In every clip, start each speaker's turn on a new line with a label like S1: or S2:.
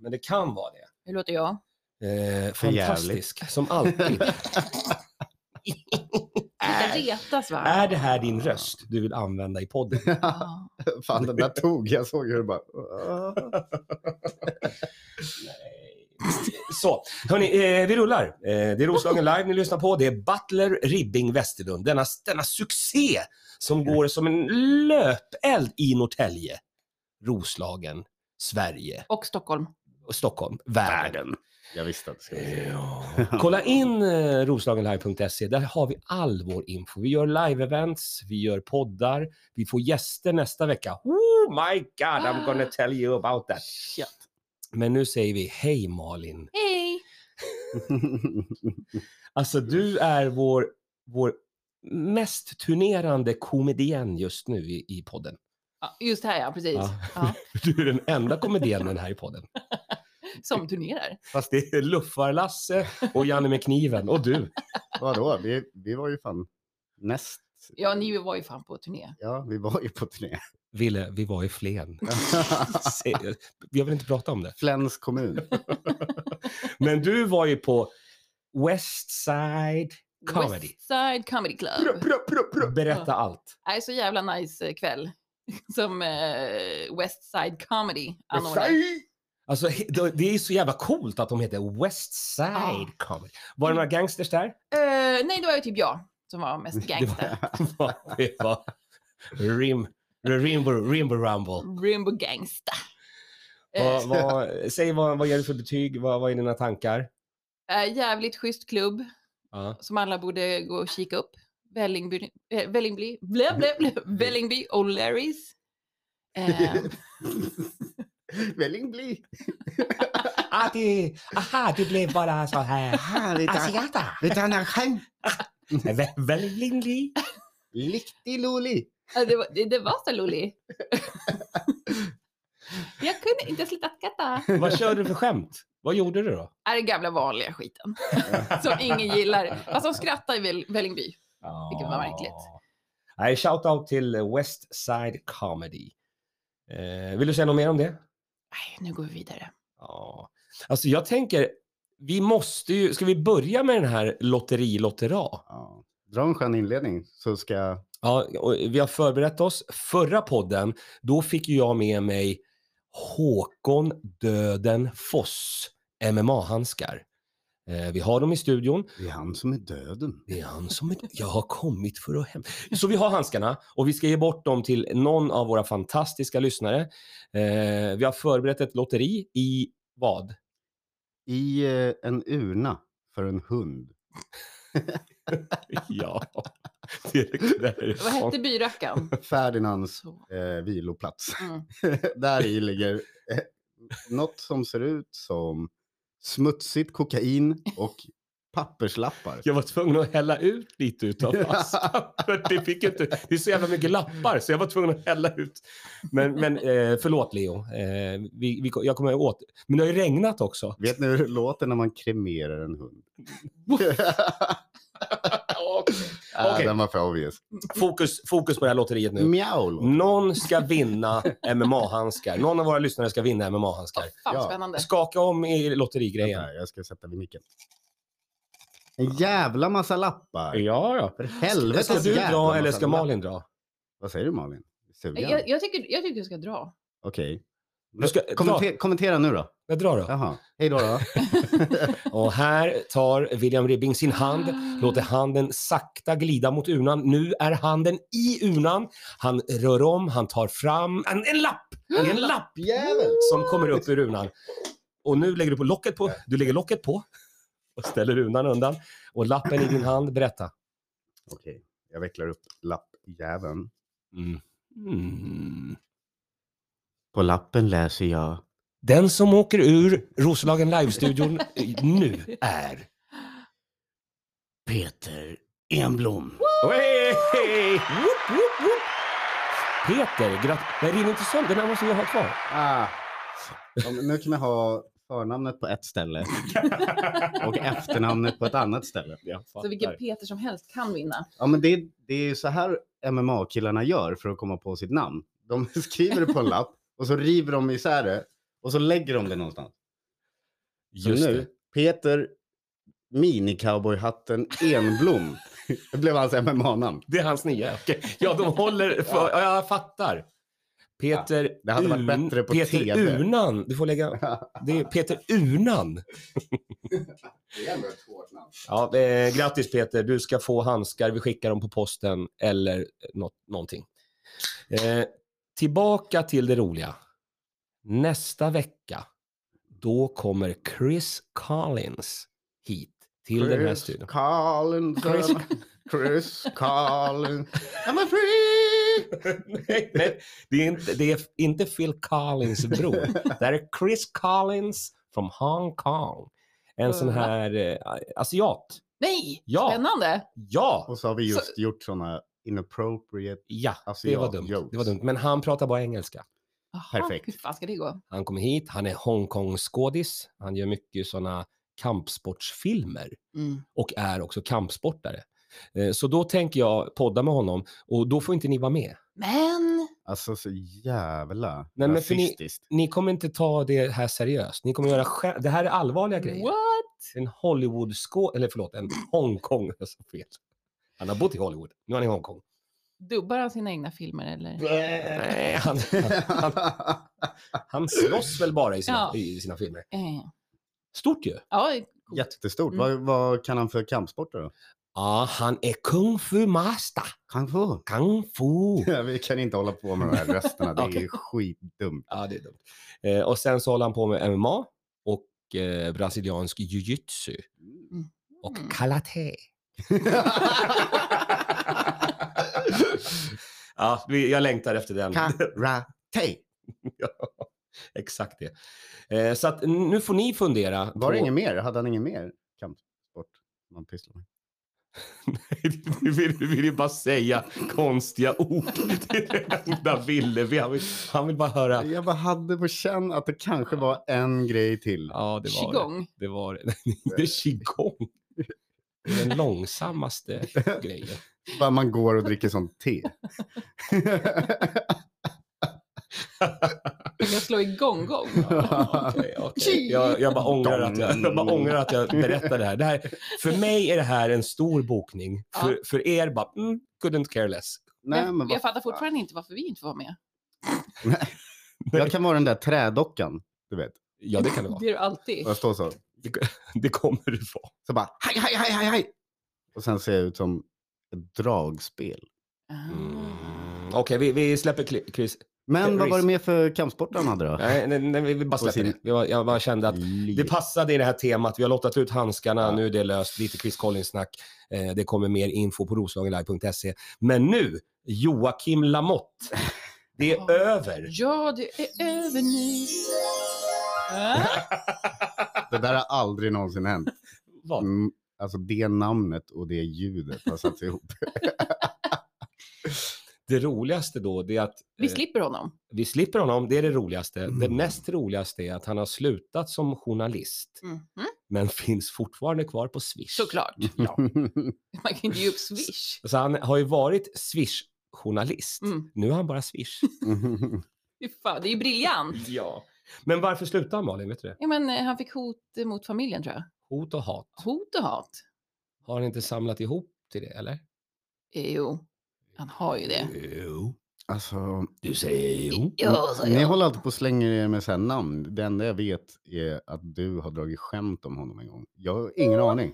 S1: men det kan vara det.
S2: Hur låter jag?
S1: Eh,
S3: För jävligt.
S1: fantastisk, som alltid. Äh.
S2: Inte retas va?
S1: är det här din röst du vill använda i podden?
S2: Ja.
S3: Fan, den där tog. Jag såg hur det bara...
S1: Så, hörni, eh, vi rullar. Eh, det är Roslagen live ni lyssnar på. Det är Butler Ribbing Westerlund, denna, denna succé som går som en löpeld i Norrtälje, Roslagen, Sverige
S2: Och Stockholm.
S1: och Stockholm, världen.
S3: Jag visste att det skulle bli
S1: Ja. Kolla in eh, roslagenlive.se, där har vi all vår info. Vi gör live-events, vi gör poddar, vi får gäster nästa vecka. Oh my god, I'm gonna tell you about that.
S3: Shit.
S1: Men nu säger vi hej Malin.
S2: Hej!
S1: Alltså du är vår, vår mest turnerande komedien just nu i, i podden.
S2: Ja, just här ja, precis.
S1: Ja.
S2: Ja.
S1: Du är den enda komedienen här i podden.
S2: Som turnerar.
S1: Fast det är Luffar-Lasse och Janne med kniven och du.
S3: Vadå? Vi, vi var ju fan näst...
S2: Ja, ni var ju fan på turné.
S3: Ja, vi var ju på turné.
S1: Ville, vi var i Flen. Se- Jag vill inte prata om det.
S3: Flens kommun.
S1: Men du var ju på West Side Comedy.
S2: Westside Comedy Club.
S1: Berätta allt.
S2: Nej, så jävla nice eh, kväll. Som eh, Westside Comedy anordnar.
S3: Versailles!
S1: Alltså, he- det är så jävla coolt att de heter West Side
S2: Ja.
S1: Comedy. Var det några gangsters där?
S2: Eh, nej, det var ju typ jag som var mest gangster.
S1: Det var, det var rim, rimbo, rimbo rumble.
S2: Rimbo Gangsta. Eh,
S1: Vad, vad, säg vad, vad ger du för betyg? Vad, vad är dina tankar?
S2: eh, jävligt schysst klubb
S1: Ja.
S2: som alla borde gå och kika upp. Vällingby, eh, Vällingby, blä, blä, blä, Vällingby O'Larrys. Eh,
S3: Vällingby.
S1: Ah, det, aha, det blev bara så här.
S3: Här, lite,
S1: Asiata.
S3: lite annan skämt.
S1: Vä- Väldigt lindrig.
S3: Lihti-loli.
S2: Ja, det, var, det, det var så Lolli. Jag kunde inte sluta skratta.
S1: Vad körde du för skämt? Vad gjorde du då?
S2: Är det gamla vanliga skiten som ingen gillar. Fast de skrattar i Väl- Vällingby. Vilket var märkligt.
S1: Nej, shout-out till West Side Comedy. Eh, vill du säga något mer om det?
S2: Nej, nu går vi vidare.
S1: Ja. Alltså jag tänker, vi måste ju, ska vi börja med den här lotteri-lottera?
S3: Ja. Dra en skön inledning så ska jag...
S1: Ja, och vi har förberett oss. Förra podden, då fick ju jag med mig Håkon Döden Foss MMA-handskar. Eh, Vi har dem i studion.
S3: Det är han som är döden.
S1: Det är han som är... Jag har kommit för att hem. Så vi har handskarna och vi ska ge bort dem till någon av våra fantastiska lyssnare. Eh, vi har förberett ett lotteri i vad?
S3: I eh, en urna för en hund.
S1: Ja, det där är
S2: Vad
S1: sånt.
S2: hette byrackan?
S3: Ferdinands
S2: Så.
S3: eh, viloplats.
S2: Mm.
S3: Där i ligger eh, något som ser ut som smutsigt kokain och papperslappar.
S1: Jag var tvungen att hälla ut lite utav fastpappret. Det, fick inte, det är så jävla mycket lappar så jag var tvungen att hälla ut. Men, men eh, förlåt Leo, eh, vi, vi, jag kommer åt. Men det har ju regnat också.
S3: Vet ni hur det låter när man kremerar en hund? Äh,
S1: Okej.
S3: Den var för obvious.
S1: Fokus, fokus på det här lotteriet nu. Mm.
S3: Mjau.
S1: Någon ska vinna MMA-handskar. Någon av våra lyssnare ska vinna MMA-handskar.
S2: Fan,
S3: Ja.
S2: spännande.
S1: Skaka om i lotterigrejen.
S3: Jag ska sätta vid micken. En jävla massa lappar.
S1: Ja, ja.
S3: För helvete.
S1: Ska du
S3: jävla
S1: dra eller
S3: massa
S1: ska
S3: lappar.
S1: Malin dra?
S3: Vad säger du Malin? Sugen?
S2: Jag, jag, tycker, jag tycker du ska dra.
S3: Okej.
S1: Du ska-
S3: Kommenter- kommentera nu då.
S1: Jag drar då.
S3: Jaha. Hej då. då.
S1: Och här tar William Ribbing sin hand,
S2: Ah.
S1: låter handen sakta glida mot urnan. Nu är handen i urnan. Han rör om, han tar fram en, en lapp! En lapp
S3: Jävel.
S1: som kommer upp ur urnan. Och nu lägger du på locket på. Du lägger locket på och ställer urnan undan. Och lappen i din hand, berätta.
S3: Okej. Jag vecklar upp lappjäveln.
S1: Mm. Mm.
S3: På lappen läser jag.
S1: Den som åker ur Roslagen Live-studion nu är...
S3: Peter Enblom.
S1: Hey! Woop, woop, woop. Peter, grattis. Nej, ring inte sönder. Den här måste jag ha kvar.
S3: Ah. Ja, men Nu kan jag ha förnamnet på ett ställe och efternamnet på ett annat ställe.
S2: Så vilken Peter som helst kan vinna.
S3: Ja, men det, det är ju så här MMA-killarna gör för att komma på sitt namn. De skriver det på en lapp och så river de isär det och så lägger de det någonstans.
S1: Just
S3: så nu,
S1: det.
S3: Peter Mini-cowboyhatten Enblom. det blev hans MMA-namn.
S1: Det är hans nya. Okej. Ja, de håller för... Ja, jag fattar. Peter
S3: det hade varit
S1: Un-
S3: bättre på
S1: Peter
S3: TV.
S1: Unan. Du får lägga... Det är Peter Unan.
S3: Det är ändå ett hårt namn.
S1: Ja, eh, grattis Peter, du ska få handskar. Vi skickar dem på posten eller nå- någonting. Eh, tillbaka till det roliga. Nästa vecka, då kommer Chris Collins hit till den här
S3: Chris
S1: studion.
S3: Collins.
S1: Chris-
S3: I'm- Chris Collins. I'm a free!
S1: nej, nej, det är, inte, det är inte Phil Collins bror. Det här är Chris Collins från Hong Kong. En sån här eh, asiat.
S2: Nej,
S1: Ja.
S2: spännande.
S1: Ja,
S3: Och så har vi just gjort sådana inappropriate
S1: ja, det var dumt.
S3: asiat-jokes.
S1: Det var dumt. Men han pratar bara engelska.
S2: Jaha,
S3: Perfekt.
S2: Hur fan ska det gå?
S1: Han kommer hit, han är Hongkong-skådis. Han gör mycket såna kampsportsfilmer och är också kampsportare. Eh, Så då tänker jag podda med honom och då får inte ni vara med.
S2: Men
S3: Alltså så jävla
S1: Nej, men för ni-
S3: rasistiskt.
S1: Ni kommer inte ta det här seriöst. Ni kommer göra skä- Det här är allvarliga grejer.
S2: what?
S1: en hollywood eller förlåt, en Hongkong. Jag sa fel. Han har bott i Hollywood, nu är han i Hongkong.
S2: Dubbar han sina egna filmer eller? Eh,
S1: Nej, han, han, han slåss väl bara i sina,
S2: Ja.
S1: i sina filmer.
S2: Eh,
S1: Stort ju.
S2: Ja,
S3: Jättestort.
S2: Mm.
S3: Vad, vad kan han för kampsporter då?
S1: Ja, han är kung fu master.
S3: Kung fu.
S1: Kung fu.
S3: Ja, vi kan inte hålla på med de här rösterna. Det är
S1: Oh. Okej.
S3: ju skitdumt.
S1: Ja, det är dumt. Eh, och sen så håller han på med MMA och eh, brasiliansk jiu-jitsu och
S2: Mm.
S1: karate. ja, vi, jag längtar efter den.
S3: Karate.
S1: Exakt det. Eh, så att nu får ni fundera.
S3: Var det
S1: på-
S3: ingen mer? Hade han ingen mer kampsport man pysslar med?
S1: Du vill, du vill ju bara säga konstiga ord. Det är det enda Ville vill. Han vill, han vill bara höra.
S3: Jag bara hade på känn att det kanske var en grej till.
S1: Ja, det var det.
S2: qigong.
S1: Det var det. Det är qigong. Det är Den långsammaste grejen.
S3: Bara man går och dricker sånt te.
S2: Vill jag slå igång gång?
S1: Okej, okej. Jag, jag, bara ångrar att jag, jag bara ångrar att jag berättar det här. det här. För mig är det här en stor bokning. För, för er bara, mm, couldn't care less.
S3: Nej, men
S2: jag
S3: vad
S2: fattar fortfarande inte varför vi inte får vara med.
S3: jag kan vara den där trädockan, du vet.
S1: Ja, det kan det vara.
S2: Det är du alltid.
S3: Jag står så.
S1: Det kommer det vara.
S3: Så bara, haj, haj, haj, haj, haj. Och sen ser jag ut som ett dragspel.
S2: Ah.
S1: Mm. Okej, vi, vi släpper Cli- Chris.
S3: Men
S1: Eh,
S3: vad var
S1: Reese.
S3: det mer för kampsport han hade då?
S1: Nej, nej, nej vi- vi bara
S3: På
S1: släpper
S3: sin-
S1: det. Jag, jag bara kände att Det
S3: Liv.
S1: passade i det här temat. Vi har lottat ut handskarna.
S3: Ja.
S1: Nu är det löst. Lite Chris Collins-snack. Eh, det kommer mer info på roslagenlive.se. Men nu, Joakim Lamotte. Det är
S2: Ja.
S1: över.
S2: Ja, det är över nu. Ah,
S3: Det där har aldrig någonsin hänt.
S1: Vad?
S3: Mm, alltså det namnet och det ljudet har satts ihop.
S1: Det roligaste då, det är att
S2: vi
S1: eh,
S2: slipper honom.
S1: vi slipper honom. Det är det roligaste. Det
S3: Mm.
S1: näst roligaste är att han har slutat som journalist,
S2: Mm.
S1: men finns fortfarande kvar på Swish.
S2: Såklart.
S1: Ja.
S2: Man kan ju ge upp Swish.
S1: Så han har ju varit Swish-journalist.
S2: Mm.
S1: Nu är han bara Swish.
S2: Fy fan, Det är ju briljant.
S1: ja. Men varför slutade han, Malin? Vet du det?
S2: Ja, men, eh, han fick hot eh, mot familjen tror jag.
S1: Hot och hat.
S2: Hot och hat.
S1: Har han inte samlat ihop till det, eller?
S2: Eh, Jo, han har ju det.
S1: Jo.
S3: alltså,
S1: Du säger jo.
S2: Jo,
S3: ni håller alltid på och slänger er med så här namn. Det enda jag vet är att du har dragit skämt om honom en gång. Jag har ingen aning.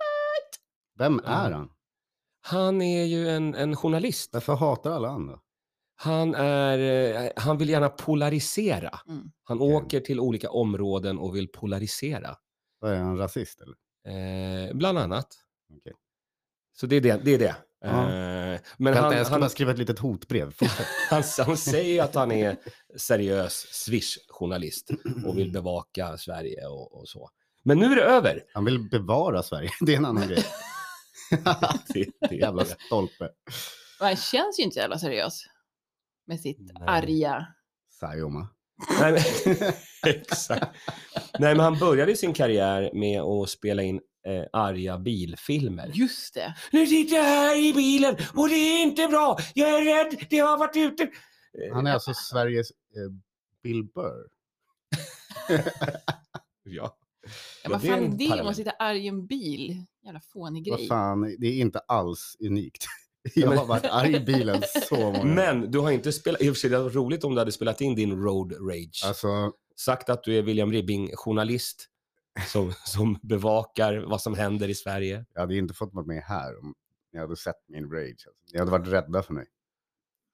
S3: Vem är han?
S1: Han är ju en, en journalist.
S3: Varför hatar alla andra?
S1: Han, är, eh, han vill gärna polarisera.
S2: Mm.
S1: Han
S3: Okej.
S1: åker till olika områden och vill polarisera.
S3: Vad Är han rasist eller?
S1: Eh, bland annat.
S3: Okej.
S1: Så det är det. det, är det.
S3: Ja.
S1: Eh, men
S3: Vänta,
S1: han,
S3: jag ska
S1: han,
S3: bara skriva ett litet hotbrev. Fortsätt.
S1: han, han säger ju att han är seriös Swish-journalist och vill bevaka Sverige och, och så. Men nu är det över.
S3: Han vill bevara Sverige. Det är en annan grej.
S1: Det, det,
S3: Jävla stolpe.
S2: Men han känns ju inte så jävla seriös. Med sitt
S1: Nej.
S2: arga.
S3: Sayoma.
S1: Nej, men, exakt. Nej, men han började sin karriär med att spela in eh, arga bilfilmer.
S2: Just det.
S1: Nu sitter jag här i bilen och det är inte bra. Jag är rädd. Det har varit ute.
S3: Han är alltså Sveriges eh, Bill Burr.
S1: Ja.
S2: Ja, men
S1: det är
S2: fan
S1: en
S2: idé om
S1: parallell.
S2: att sitta arg i en bil. Jävla fånig
S3: Vad
S2: grej.
S3: fan, det är inte alls unikt.
S1: Ja,
S3: Jag
S1: men-
S3: har varit arg i bilen så många gånger.
S1: Men du har inte spelat, i och för sig det hade varit roligt om du hade spelat in din road rage.
S3: Alltså,
S1: Sagt att du är William Ribbing-journalist som, som bevakar vad som händer i Sverige.
S3: jag hade inte fått vara med här om ni hade sett min rage. Alltså. Ni hade varit rädda för mig.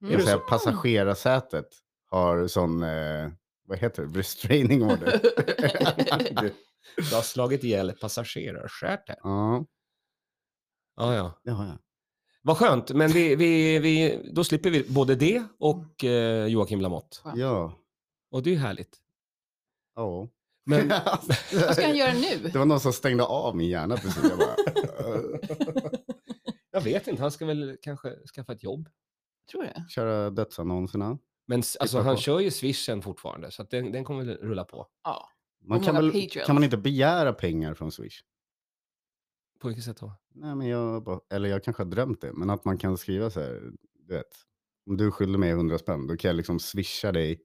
S2: Mm.
S3: Jag vill säga, passagerarsätet har sån, eh, vad heter det, restraining order.
S1: Du, du har slagit ihjäl passagerarstjärten.
S3: ja,
S1: Ja, ja.
S3: det har jag.
S1: Vad skönt, men vi, vi, vi, då slipper vi både det och eh, Joakim Lamotte.
S3: Ja.
S1: Och det är ju härligt.
S3: ja. Alltså,
S1: Men,
S2: Vad ska han göra nu?
S3: Det var någon som stängde av min hjärna precis. Jag bara, "Eh,
S1: jag vet inte, han ska väl kanske skaffa ett jobb.
S2: Tror du?
S3: köra dödsannonserna.
S1: Men s- alltså,
S3: Titta
S1: han
S3: på.
S1: kör ju swishen fortfarande, så att den, den kommer väl rulla på.
S2: Ja.
S3: Man
S2: Hur
S3: kan,
S2: många
S3: väl,
S2: Patreons?
S3: kan man inte begära pengar från Swish?
S1: På vilket sätt då?
S3: Nej, men jag, bara- eller jag kanske har drömt det, men att man kan skriva så här, du vet, om du skyller mig 100 spänn, då kan jag liksom swisha dig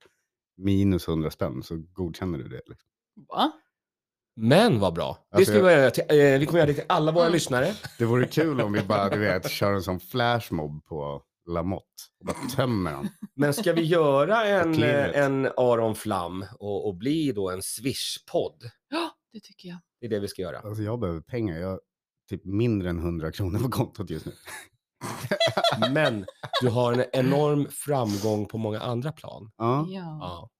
S3: minus 100 spänn, så godkänner du det. Liksom.
S2: Va?
S1: Men vad bra! Det ska
S3: Alltså,
S1: vi,
S3: jag-
S1: börja göra till, eh, vi kommer göra det till alla våra
S2: Mm.
S1: lyssnare.
S3: Det vore kul om vi bara, du vet, kör en sån flashmob på Lamotte och bara tömmer han.
S1: Men ska vi göra en,
S3: Klivet.
S1: eh, en Aron Flam och, och bli då en Swish-podd?
S2: Ja, det tycker jag.
S1: Det är det vi ska göra.
S3: Alltså jag behöver pengar, jag har typ mindre än 100 kronor på kontot just nu.
S1: Men du har en enorm framgång på många andra plan.
S3: Ja,
S2: Ja.
S1: Ja.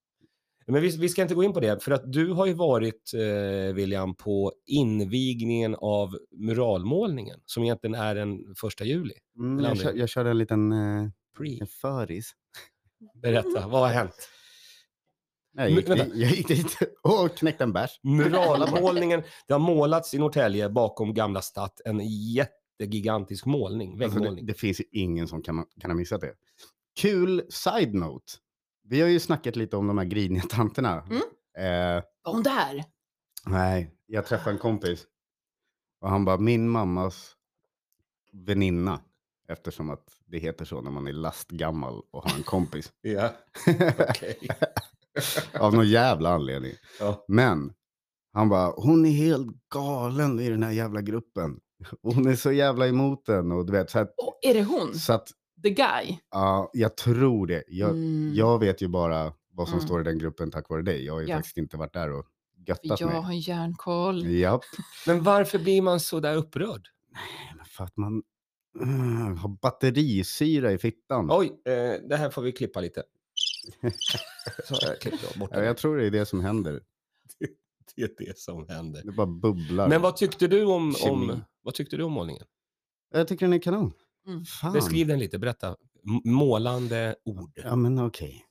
S1: Men vi, vi ska inte gå in på det, för att du har ju varit, eh, William, på invigningen av muralmålningen, som egentligen är den första juli.
S3: mm, jag, kör, jag körde en liten eh,
S1: Pre.
S3: en föris.
S1: Berätta, vad har hänt?
S3: Nej, jag gick,
S1: Men-
S3: dit, jag gick dit och knäckte en bärs.
S1: Muralmålningen, det har målats i Norrtälje bakom Gamla Stadt, en jättegigantisk målning,
S3: Alltså, det,
S1: väggmålning.
S3: det finns ju ingen som kan, kan ha missat det. Kul side-note. Vi har ju snackat lite om de här griniga tanterna. Eh,
S2: Var hon där?
S3: nej, jag träffade en kompis och han bara, min mammas väninna. Eftersom att det heter så när man är lastgammal och har en kompis.
S1: Ja, okej.
S3: Av någon jävla anledning.
S1: Ja.
S3: Men han bara, hon är helt galen i den här jävla gruppen. Och hon är så jävla emot den. Och du vet, så, att,
S2: Och är det hon?
S3: så att,
S2: The guy?
S3: ja, jag tror det. Jag,
S2: Mm.
S3: Jag vet ju bara vad som
S2: Mm.
S3: står i den gruppen tack vare dig. Jag har ju
S2: Ja.
S3: faktiskt inte varit där och göttat
S2: jag
S3: mig.
S2: har järnkoll.
S3: Ja,
S1: Men varför blir man så där upprörd?
S3: för att man mm, har batterisyra i fittan.
S1: Oj, eh, det här får vi klippa lite. Så jag klipper bort
S3: Ja,
S1: det.
S3: jag tror det är det som händer.
S1: Det är det som händer.
S3: Det bara bubblar.
S1: Men vad tyckte du om,
S3: Kemi.
S1: om, vad tyckte du om målningen?
S3: Jag tycker den är kanon.
S2: Mm.
S3: Fan.
S1: Beskriv den lite, berätta. M- Målande ord.
S3: Ja, men okej.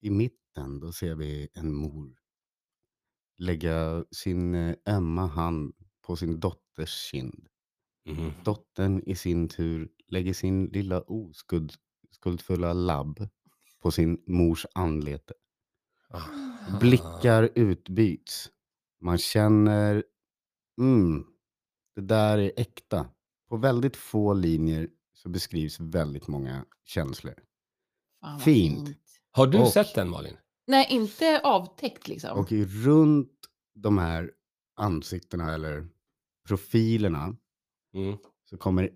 S3: I mitten, då ser vi en mor lägga sin eh, ömma hand på sin dotters kind.
S1: Mhm.
S3: Dottern i sin tur lägger sin lilla oskuldfulla labb på sin mors anlete.
S1: Ah.
S3: Blickar utbyts. Man känner, mm, det där är äkta. På väldigt få linjer så beskrivs väldigt många känslor.
S2: Fan, vad
S3: Fint.
S1: Har du
S3: Och-
S1: sett den Malin?
S2: Nej, inte avtäckt liksom.
S3: Och runt de här ansiktena eller profilerna
S1: Mm.
S3: så kommer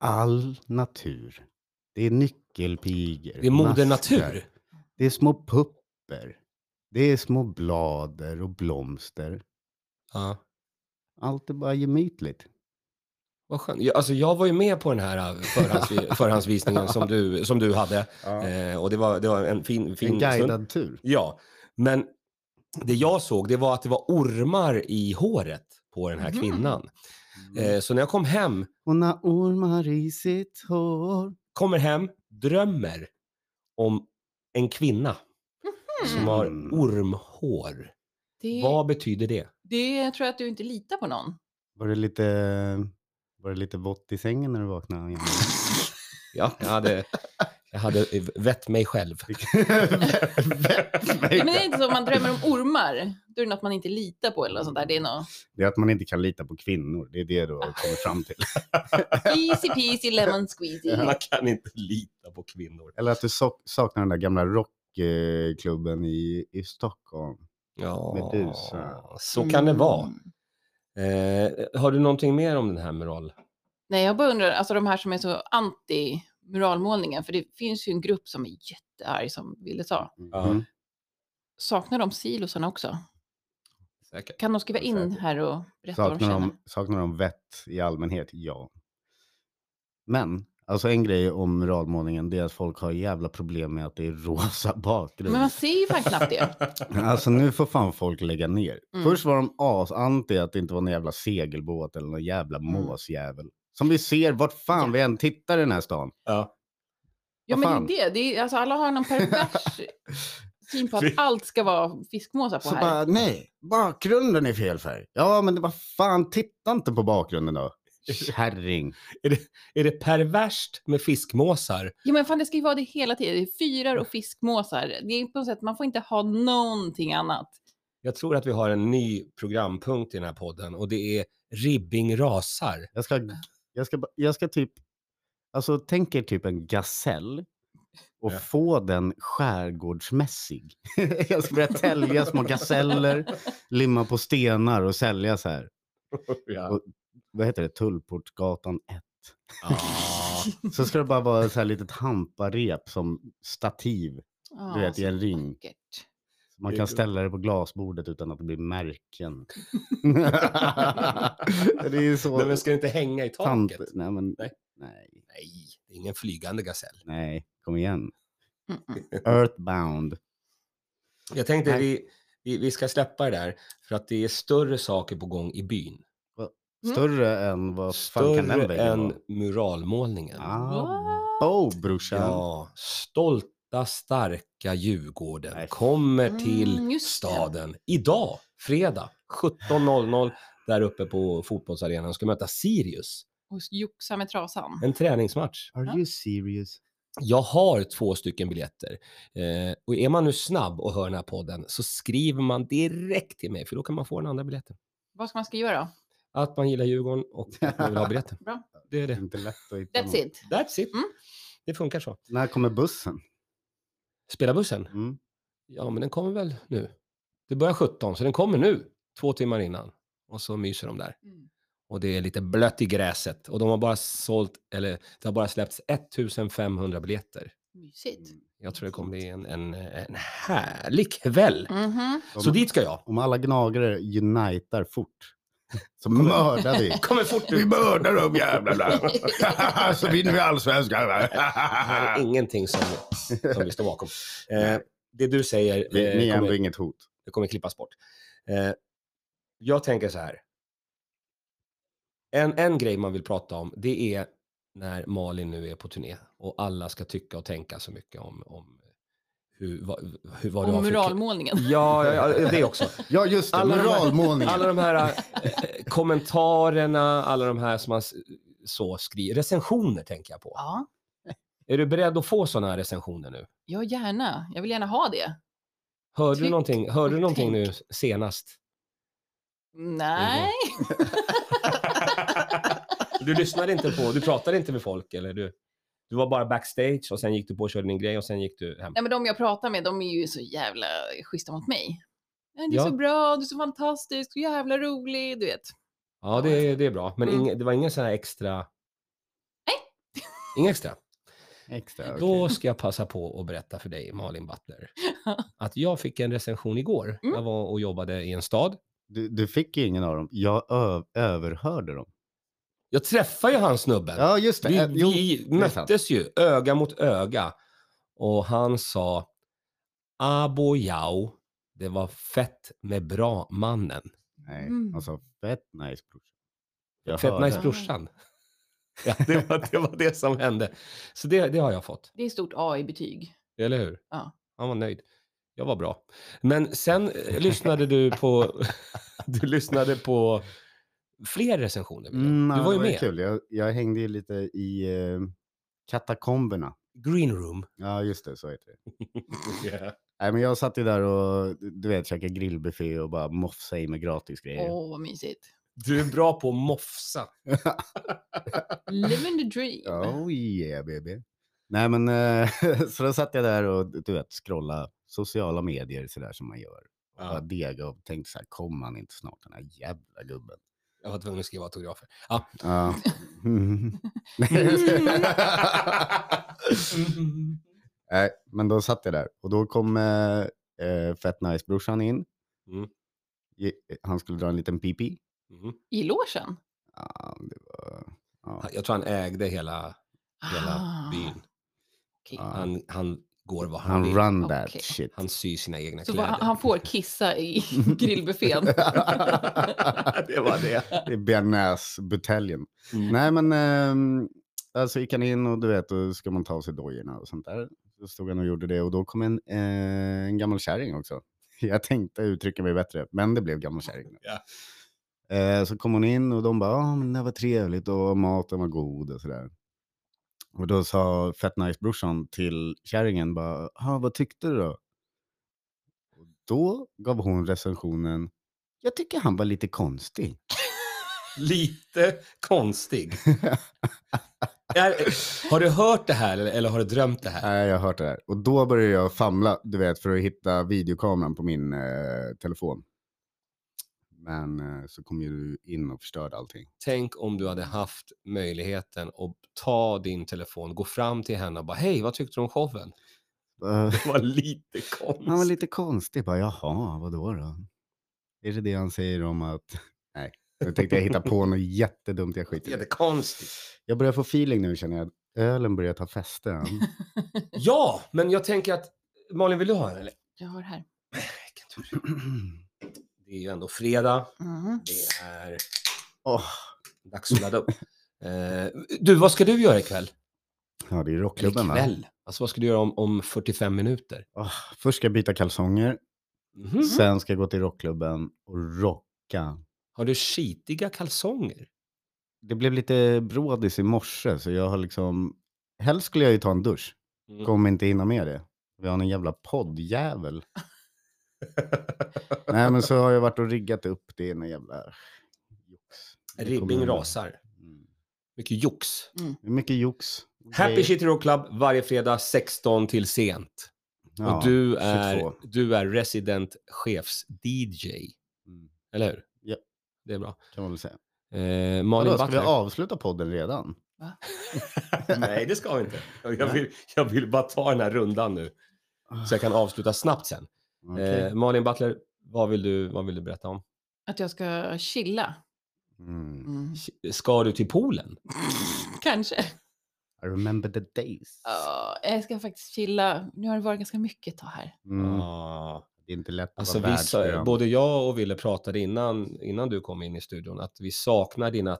S3: all natur. Det är nyckelpigor.
S1: Det är moder
S3: maskar.
S1: natur.
S3: Det är små pupper. Det är små blader och blomster.
S1: Ja.
S3: Allt är bara gemytligt.
S1: Vad skönt. Jag, alltså, jag var ju med på den här eh, förhandsvi- förhandsvisningen som du, som du hade. Eh, och det var, det var en fin, fin stund.
S3: en guidad tur.
S1: Ja, men det jag såg det var att det var ormar i håret på den här
S2: Mhm.
S1: kvinnan.
S3: Mm.
S1: Eh, så när jag kom hem,
S3: Hon har ormar i sitt hår.
S1: kommer hem, drömmer om en kvinna som har
S3: Mm.
S1: ormhår.
S2: det,
S1: Vad betyder det?
S2: det tror jag att du inte litar på någon.
S3: Var det lite, var det lite vått i sängen när du vaknade? Jenny?
S1: Ja, jag hade, jag hade vett mig själv.
S3: Väck mig.
S2: Men det är inte så om man drömmer om ormar. Då är det något man inte litar på eller något sånt där. Det är något
S3: Det är att man inte kan lita på kvinnor. Det är det du har kommit fram till.
S2: easy peasy lemon squeezy.
S1: Man kan inte lita på kvinnor.
S3: Eller att du sak- saknar den där gamla rockklubben i, i Stockholm. Medusa.
S1: Ja, så kan det vara.
S2: Mm.
S1: Eh, har du någonting mer om den här mural?
S2: Nej, jag bara undrar, alltså de här som är så anti muralmålningen, för det finns ju en grupp som är jättearg som ville ta.
S1: Ja.
S3: Mm.
S2: Saknar de silosarna också?
S1: Säkert.
S2: Kan de skriva in
S1: Säkert.
S2: här och berätta vad de
S3: Saknar,
S2: känner?
S3: de, saknar de vett i allmänhet? Ja. Men, alltså en grej om muralmålningen, det är att folk har jävla problem med att det är rosa bakgrund.
S2: Men man ser ju fan knappt det.
S3: Alltså nu får fan folk lägga ner.
S2: Mm.
S3: Först var de asanti att det inte var någon jävla segelbåt eller någon jävla
S2: Mm.
S3: måsjävel. Som vi ser vart fan vi än tittar i den här stan.
S1: Ja.
S2: Ja,
S3: Vad
S2: men
S3: fan?
S2: det är det. det är, alltså, alla har någon pervers syn på att
S1: Vi-
S2: allt ska vara fiskmåsar på
S3: Så
S2: här.
S3: bara, nej, bakgrunden är fel färg. Ja, men vad fan, titta inte på bakgrunden då. Kärring.
S1: Är det perverst med fiskmåsar?
S2: Ja, men fan, det ska ju vara det hela tiden. Det är fyrar och fiskmåsar. Det är på något sätt, man får inte ha någonting annat.
S1: Jag tror att vi har en ny programpunkt i den här podden och det är Ribbing rasar.
S3: Jag ska, jag ska, ba- jag ska typ, alltså tänk er typ en gasell och
S1: Ja.
S3: få den skärgårdsmässig. jag ska börja tälja små gaseller, limma på stenar och sälja så här.
S1: Ja.
S3: Och- Vad heter det? Tullportgatan 1.
S1: Ah.
S3: Så ska det bara vara så här litet hamparep som stativ.
S2: Ja,
S3: Du vet, i
S2: Ah, så
S3: en ring.
S2: vackert.
S3: Man
S1: Det är
S3: kan
S1: kul.
S3: ställa det på glasbordet utan att det blir märken. det är ju så.
S1: Nej, men ska det inte hänga i
S3: tant-
S1: taket?
S3: Nej, men,
S1: Nej.
S3: nej. nej,
S1: Nej, det är ingen flygande gasell.
S3: kom igen.
S2: Mm, mm.
S3: Earthbound.
S1: Jag tänkte
S3: Nej.
S1: vi, vi, vi ska släppa det där för att det är större saker på gång i byn.
S2: Mm.
S3: Större än vad fan kan den
S1: Större
S3: väggen vara?
S1: än muralmålningen.
S3: Ah, bo, brorsan.
S1: Ja, stolta, starka Djurgården
S3: Nej,
S1: kommer
S2: f-
S1: till
S2: Mm, just det.
S1: staden idag, fredag 17.00 där uppe på fotbollsarenan ska möta Sirius.
S2: Och joxa med trasan.
S1: En träningsmatch.
S3: Are you serious?
S1: Jag har två stycken biljetter. Eh, och är man nu snabb och hör den här podden så skriver man direkt till mig för då kan man få den andra biljetten.
S2: Vad ska man skriva då?
S1: Att man gillar Djurgården och att man vill ha biljetten.
S2: Bra.
S1: Det är
S3: Det
S1: det.
S3: är inte lätt att hitta
S2: That's
S3: någon.
S2: it.
S1: That's it.
S2: Mm.
S1: Det funkar så.
S3: När kommer bussen?
S1: Spela bussen?
S3: Mm.
S1: Ja, men den kommer väl nu. Det börjar 17, så den kommer nu. Två timmar innan. Och så myser de där.
S2: Mm.
S1: Och det är lite blött i gräset. Och de har bara sålt, eller det har bara släppts 1500 biljetter.
S2: Mysigt.
S1: Jag tror det kommer bli en, en, en härlig kväll.
S2: Mhm.
S1: Så dit ska jag.
S3: Om alla gnagare unitar fort så mördar vi.
S1: Kommer fort
S3: Mm. Vi
S1: ut.
S3: mördar dem jävlarna. så vinner vi allsvenskan.
S1: Det här är ingenting som, som vi står bakom. Eh, det du säger
S3: Vi-
S1: eh,
S3: Ni är ändå
S1: kommer,
S3: inget hot.
S1: det kommer klippas bort. Eh, jag tänker så här. En, en grej man vill prata om, det är när Malin nu är på turné och alla ska tycka och tänka så mycket om, om hur, vad, hur, vad du
S2: Och
S1: har för...
S2: muralmålningen.
S1: Ja, ja, ja, det också.
S3: Ja, just det.
S1: Alla de här-
S3: Moralmålningen.
S1: Alla de här eh, kommentarerna, alla de här som man s- så skriver. Recensioner tänker jag på.
S2: Ja,
S1: Är du beredd att få sådana här recensioner nu?
S2: ja, gärna. Jag vill gärna ha det.
S1: Hörde du
S2: Tryck
S1: någonting, hörde du
S2: och
S1: någonting nu
S2: tänk.
S1: senast?
S2: Nej.
S1: Du lyssnade inte på, du pratade inte med folk eller du, du var bara backstage och sen gick du på och körde din grej och sen gick du hem.
S2: Nej, men de jag pratar med, de är ju så jävla schyssta mot mig. Nej, du är
S1: Ja.
S2: så bra, du är så fantastisk, så jävla rolig, du vet.
S1: Ja, det, är- det är bra. Men
S2: Mm.
S1: inge, det var ingen sån här extra... Nej. Inga extra.
S3: Extra, okej.
S1: Då ska jag passa på att berätta för dig, Malin Butler, att jag fick en recension igår.
S2: Mm.
S1: Jag var och jobbade i en stad.
S3: Du, du fick ju ingen av dem. Jag ö- överhörde dem.
S1: Jag träffade ju han snubben.
S3: Ja, just det.
S1: Vi,
S3: Ä- jo,
S1: vi
S3: det är sant.
S1: möttes ju öga mot öga och han sa Abo Yao, det var fett med bra mannen.
S3: Nej,
S2: Mm.
S3: alltså fett nice brorsan. Jag
S1: fett
S3: hörde.
S1: nice brorsan. Ja, det, var, det var det som hände. Så det, det har jag fått,
S2: Det är stort A i betyg.
S1: eller hur?
S2: Ja.
S1: Han var nöjd. Jag var bra. Men sen eh, lyssnade du på, du lyssnade på fler recensioner. Ville.
S3: Mm,
S1: du
S3: ja,
S1: var ju
S3: det
S1: med.
S3: Kul. Jag, jag hängde ju lite i eh, katakomberna.
S1: Green room.
S3: Ja, just det. Så heter det.
S1: Yeah.
S3: Nej, men jag satt ju där och du vet, käkade grillbuffé och bara mofsade i mig gratis grejer.
S2: Åh, vad mysigt.
S1: Du är bra på att mofsa.
S2: Living the dream.
S3: Oh yeah baby. Nej men eh, så då satt jag där och du vet scrolla sociala medier sådär som man gör. Och
S1: Ja.
S3: bara dega och tänkte så här, kom han inte snart den här jävla gubben.
S1: Jag var tvungen att skriva autografer.
S3: Ja. Mm. Nej, men då satt jag där och då kom eh, eh, Fett Nice-brorsan in.
S1: Mm.
S3: Ge- eh, Han skulle dra en liten pipi.
S1: Mhm.
S3: Mm-hmm.
S2: I logen?
S3: Ja, det var... Ja.
S1: Han- Jag tror han ägde hela, hela
S2: Ah,
S1: byn.
S2: okej.
S3: Ja.
S1: Han, han går vad han,
S3: Han
S1: vill.
S3: run that
S2: Okej.
S3: shit.
S1: Han syr sina egna
S2: Så vad,
S1: kläder.
S2: han han får kissa i grillbuffén.
S1: det var det.
S3: Det är bearnaisebuteljen.
S1: Mm.
S3: Nej men, ehm, alltså gick han in och du vet, då ska man ta av sig dojorna och sånt där. Så stod han och gjorde det och då kom en, eh, en gammal kärring också. Jag tänkte uttrycka mig bättre, men det blev gammal kärring.
S1: Ja.
S3: Eh, så kom hon in och de bara, ah, men det här var trevligt och maten var god och sådär. Och då sa Fett Nice-brorsan till kärringen bara, ah, vad tyckte du då? Och då gav hon recensionen, jag tycker han var lite konstig.
S1: Lite konstig. Är, har du hört det här eller, eller har du drömt det här?
S3: Nej, jag har hört det där. Och då började jag famla, du vet, för att hitta videokameran på min eh, telefon. Men eh, så kom ju du in och förstörde allting.
S1: Tänk om du hade haft möjligheten att ta din telefon, gå fram till henne och bara hej, vad tyckte du om showen?
S3: Eh,
S1: Det var lite konstigt.
S3: han var lite konstig, bara jaha, vadå då? Är det det han säger om att... Nej, nu tänkte jag hitta på något jättedumt, jag skiter i det.
S1: Jättekonstigt.
S3: Jag börjar få feeling nu känner jag. Ölen börjar ta fäste.
S1: Ja, men jag tänker att Malin, vill du ha en eller?
S2: Jag har här.
S1: Vilken tur. Det är ju ändå fredag.
S2: Mhm.
S1: Det är
S3: Åh,
S1: dags att ladda upp. Eh, du, vad ska du göra ikväll?
S3: Ja, det är
S1: Eller
S3: rockklubben va?
S1: ikväll? Alltså vad ska du göra om, om 45 minuter?
S3: Åh, först ska jag byta kalsonger,
S1: Mhm.
S3: sen ska jag gå till rockklubben och rocka.
S1: Har du skitiga kalsonger?
S3: Det blev lite brådis i morse, så jag har liksom... Helst skulle jag ju ta en dusch.
S1: Mm.
S3: Kommer inte hinna med det. Vi har en jävla poddjävel. Nej, men så har jag varit och riggat upp det i någon jävla... jox. Det kommer
S1: Ribbing
S3: jag-
S1: rasar.
S3: Mm.
S1: Mycket jox.
S3: Det är mycket jox.
S1: Happy
S3: Grejer.
S1: City Rock Club varje fredag 16 till sent.
S3: Ja,
S1: och du är,
S3: 22.
S1: du är resident chefs-DJ,
S3: Mm.
S1: eller hur?
S3: Ja.
S1: Det är bra.
S3: Kan man väl säga.
S1: Eh,
S3: Vadå,
S1: Malin
S3: ska vi
S1: Butler.
S3: avsluta podden redan?
S1: Nej, det ska vi inte. Jag vill, jag vill bara ta den här rundan nu, så jag kan avsluta snabbt sen.
S3: Okej.
S1: Eh, Malin Butler, vad vill, du, vad vill du berätta om?
S2: Att jag ska chilla.
S3: Mm.
S2: Mm.
S1: Ska du till poolen?
S2: Kanske.
S3: I remember the days.
S2: Ja, jag ska faktiskt chilla. Nu har det varit ganska mycket ett tag här.
S3: Mm.
S1: Ah.
S3: Det är inte lätt att
S1: Alltså,
S3: vara
S1: vi, sa-
S3: världsberömd.
S1: både jag och Ville pratade innan, innan du kom in i studion att vi saknar dina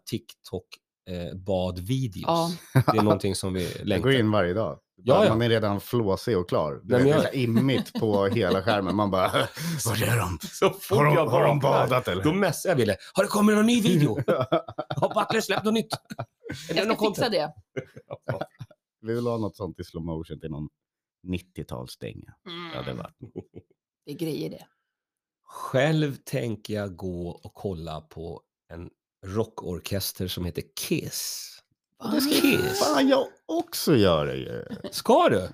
S1: TikTok-badvideos.
S2: Ja.
S1: Det är någonting som vi
S3: Jag går
S1: längtar.
S3: in varje dag.
S1: Ja,
S3: Bara
S1: ja.
S3: Man är redan flåsig och klar. Du
S1: Nej,
S3: vet,
S1: men
S3: det är
S1: jag-
S3: så här immigt på hela skärmen. Man bara, var är de?
S1: Så fort
S3: Har de,
S1: jag
S3: har de
S1: vaknar,
S3: badat eller?
S1: då messar jag Ville. Har det kommit någon ny video? Har Butler släppt något nytt? Är det
S2: Jag
S1: någon
S2: ska fixa
S1: content?
S2: det.
S3: Vi vill ha något sånt i slow motion till någon 90-talsdänga. Ja, det var.
S2: Det är grejer det.
S1: Själv tänker jag gå och kolla på en rockorkester som heter Kiss.
S3: Det ska
S1: Kiss.
S3: Ah, fan jag också göra ju.
S1: Ska du?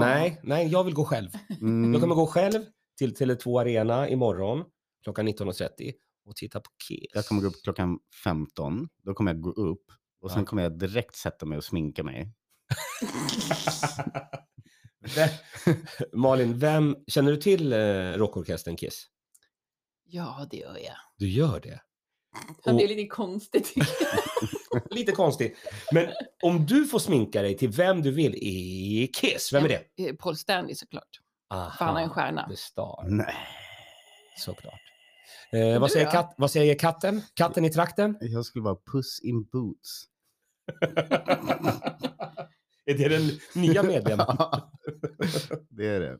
S1: Nej, nej, jag vill gå själv.
S3: Mm.
S1: Jag kommer gå själv till Tele2 Arena imorgon klockan 19.30 och titta på Kiss.
S3: jag kommer gå upp klockan 15. Då kommer jag gå upp. Och sen
S1: Ja.
S3: kommer jag direkt sätta mig och sminka mig.
S1: Vem- Malin, vem, känner du till eh, rockorkestern Kiss?
S2: Ja, det gör jag.
S1: Du gör det?
S2: Han
S1: Och-
S2: blir lite konstig tycker jag.
S1: Lite konstigt. Men om du får sminka dig till vem du vill i Kiss, vem är det?
S2: Eh, Paul Stanley såklart.
S1: Aha,
S2: För han är en stjärna.
S1: The Star,
S3: Nej.
S1: såklart. Eh, vad,
S2: Du
S1: säger
S2: då?
S1: katt, vad säger katten? Katten i trakten?
S3: Jag skulle vara puss in boots.
S1: är det den nya medlemmen?
S3: det är det.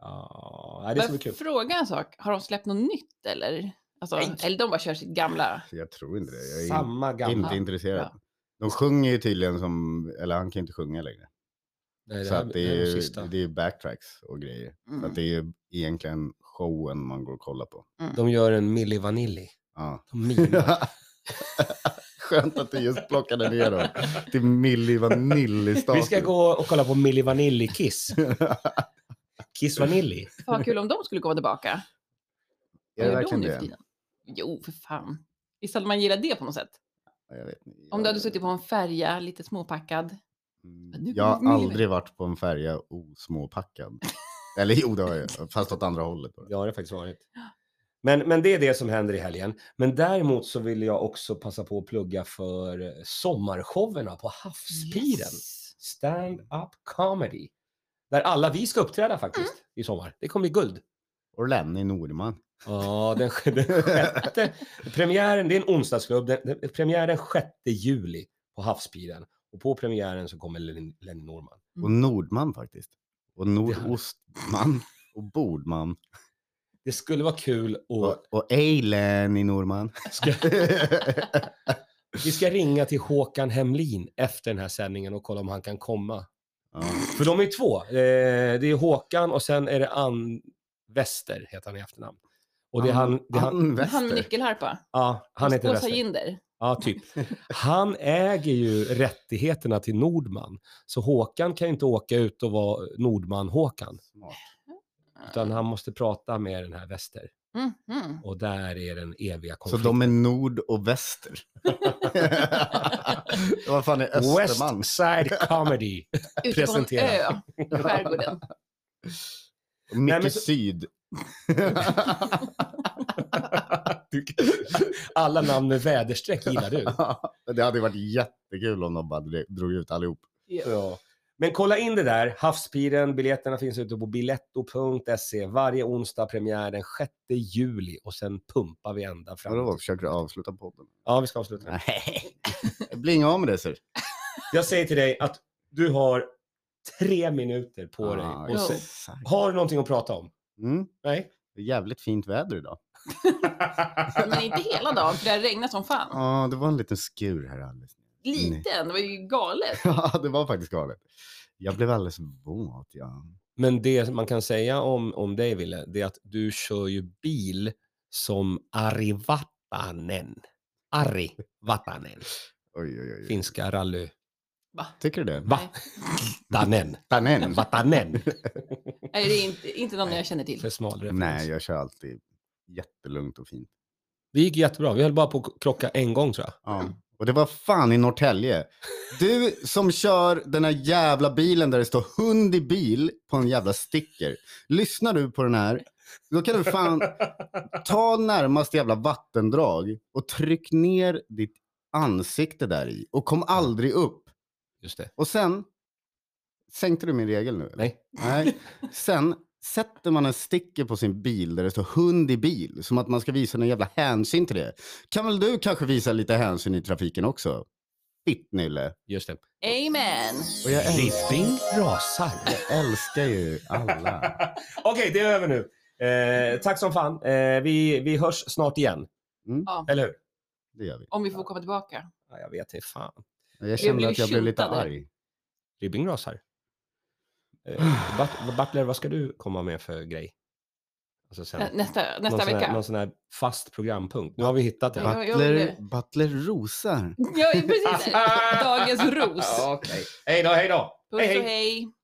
S1: Ja, nej, det ska bli kul.
S2: fråga en sak. Har de släppt något nytt eller? Alltså,
S1: Nej.
S2: eller de bara kör sitt gamla?
S3: Jag tror inte det. Jag är
S1: Samma gamla.
S3: Inte intresserad.
S2: Ja.
S3: De sjunger ju tydligen som, eller han kan ju inte sjunga längre.
S1: Nej,
S3: så
S1: här-
S3: att det
S1: här
S3: är,
S1: de
S3: ju,
S1: sista.
S3: det är ju backtracks och grejer. Så
S2: Mm.
S3: att det är ju egentligen showen man går och kollar på.
S1: De gör en Milli Vanilli.
S3: Ja.
S1: De mimar.
S3: Skönt att du just plockade ner dem till Milli vanilli
S1: Vi ska gå och kolla på Milli Vanilli Kiss. Kiss Vanilli.
S2: Fan, Vad kul om de skulle komma tillbaka.
S3: Är det
S2: gör
S3: verkligen
S2: de nu för
S3: det?
S2: tiden? Jo, för fan. Visst hade man gillat det på något sätt?
S3: Ja, Jag vet inte.
S2: Om du hade
S3: Jag-
S2: suttit på en färja, lite småpackad.
S3: Mm,
S2: Nu
S3: Jag
S2: kommer
S3: har
S2: vi-
S3: aldrig varit på en färja osmåpackad. Eller jo, det har jag. Fast åt andra hållet. bara.
S1: Ja, det har faktiskt varit. Men, men det är det som händer i helgen. Men däremot så vill jag också passa på att plugga för sommarshowerna på Havspiren.
S2: Yes.
S1: Stand up comedy. Där alla vi ska uppträda faktiskt i sommar. Det kommer bli guld.
S3: Och Lenny Norman.
S1: Ja, den, sj- den sjätte. Premiären, det är en onsdagsklubb. Den, den, premiären 6 juli på Havspiren. Och på premiären så kommer Lenny, Lenny Norman.
S3: Och
S2: Mm.
S3: Nordman faktiskt. Och Nordostman. Och Bordman.
S1: Det skulle vara kul att...
S3: Och, och ej Lenny Norman.
S1: Ska, vi ska ringa till Håkan Hemlin efter den här sändningen och kolla om han kan komma.
S3: Ja.
S1: För de är ju två. Eh, det är Håkan och sen är det Ann Wester, heter han i efternamn. Och det är han... Det är han,
S3: han,
S2: Han med
S3: Wester.
S2: nyckelharpa.
S1: ja, han heter
S2: Åsa
S1: Wester.
S2: Jinder.
S1: Ja, typ. Han äger ju rättigheterna till Nordman. Så Håkan kan ju inte åka ut och vara Nordman-Håkan.
S3: Smart.
S1: Utan han måste prata med den här Wester.
S2: Mm, mm.
S1: Och där är den eviga
S3: Så
S1: konflikten.
S3: de är nord och väster. Vad fan är Östermalm?
S1: West Side Comedy.
S2: Ute på en
S1: Presentera.
S2: ö i skärgården.
S1: Nej, men
S3: Mycket
S1: så-
S3: syd.
S1: Alla namn med väderstreck gillar du.
S3: det hade varit jättekul om de bara dre- drog ut allihop.
S1: Ja. Men kolla in det där. Havspiren, biljetterna finns ute på biletto.se varje onsdag, premiär den 6 juli och sen pumpar vi ända
S3: Vadå,
S1: fram.
S3: försöker du avsluta podden?
S1: Ja, vi ska avsluta. nu.
S3: Nej. Det blir inga av med det, ser du.
S1: Jag säger till dig att du har tre minuter på dig.
S3: Ah,
S1: Och sen,
S3: exakt.
S1: har du någonting att prata om?
S3: Mm.
S1: Nej?
S3: Det är jävligt fint väder idag.
S2: Men inte hela dagen, för det har regnat som fan.
S3: Ja, det var en liten skur här alldeles nyss.
S2: Liten, det var ju galet.
S3: Ja, det var faktiskt galet. Jag blev alldeles våt, ja.
S1: Men det man kan säga om, om dig, Ville, det är att du kör ju bil som Arivatanen. Ari Vatanen.
S3: Oj, oj, oj.
S1: Finska rally...
S2: Va?
S3: Tycker du det?
S1: Va? Tanen.
S3: Vatanen?
S1: Vatanen.
S2: Nej, det är inte, inte någon jag känner till.
S1: För smal referens.
S3: Nej, jag kör alltid jättelugnt och fint.
S1: Det gick jättebra. Vi höll bara på att krocka en gång tror jag.
S3: Ja. Och det var fan i Norrtälje. Du som kör den här jävla bilen där det står hund i bil på en jävla sticker. Lyssnar du på den här, då kan du fan ta närmast jävla vattendrag och tryck ner ditt ansikte där i och kom aldrig upp.
S1: Just det.
S3: Och sen, sänkte du min regel nu? eller?
S1: Nej.
S3: Nej. Sen sätter man en sticker på sin bil där det står hund i bil. Som att man ska visa någon jävla hänsyn till det. Kan väl du kanske visa lite hänsyn i trafiken också? Fitt nylle.
S1: Just det.
S2: Amen!
S3: Och jag äl-
S1: Ribbing rasar.
S3: älskar ju alla.
S1: Okej, det är över nu. Eh, tack som fan. Eh, vi, vi hörs snart igen.
S3: Mm.
S2: Ja.
S1: Eller hur?
S3: Det gör vi.
S2: Om vi får komma tillbaka.
S1: Ja, jag vet inte fan.
S3: Jag kände
S2: blev
S3: att jag blev lite
S2: tjutad.
S3: arg.
S1: Ribbing rasar. Eh, Bat- Butler, vad ska du komma med för grej? Alltså sen,
S2: Nä- Nästa,
S1: någon,
S2: nästa
S1: sån här, någon
S2: vecka.
S1: sån här fast programpunkt. Nu har vi hittat den.
S2: Ja, jag-
S3: Butler, Butler rosar.
S2: Ja, precis. Dagens ros.
S1: Okej. Hej då, hej då.
S2: Puss och hej.